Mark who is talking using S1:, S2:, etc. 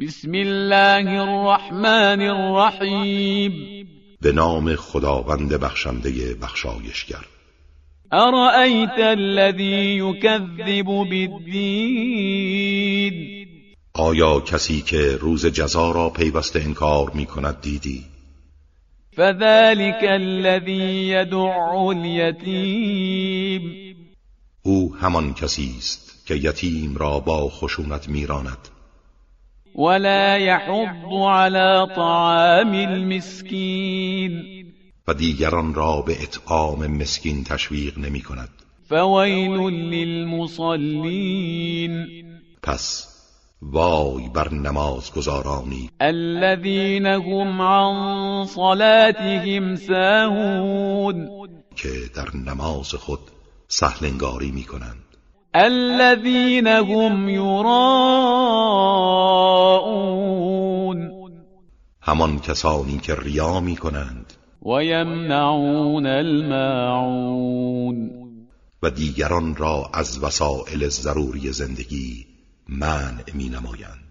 S1: بسم الله الرحمن الرحیم
S2: به نام خداوند بخشنده بخشایشگر
S1: ارأیت الذی یکذب بالدین
S2: آیا کسی که روز جزا را پیوسته انکار می کند دیدی؟
S1: فذلك الذی یدع الیتیم
S2: او همان کسی است که یتیم را با خشونت میراند
S1: ولا يحض على طعام المسكين
S2: و دیگران را به اطعام مسکین تشویق نمی کند
S1: فويل للمصلين
S2: پس وای بر نماز گزارانی
S1: الذين هم عن صلاتهم ساهون
S2: که در نماز خود سهلنگاری می کنند
S1: الذين هم يراءون
S2: همان کسانی که ریا می کنند
S1: ويمنعون الماعون
S2: و دیگران را از وسایل ضروری زندگی منع می نمایند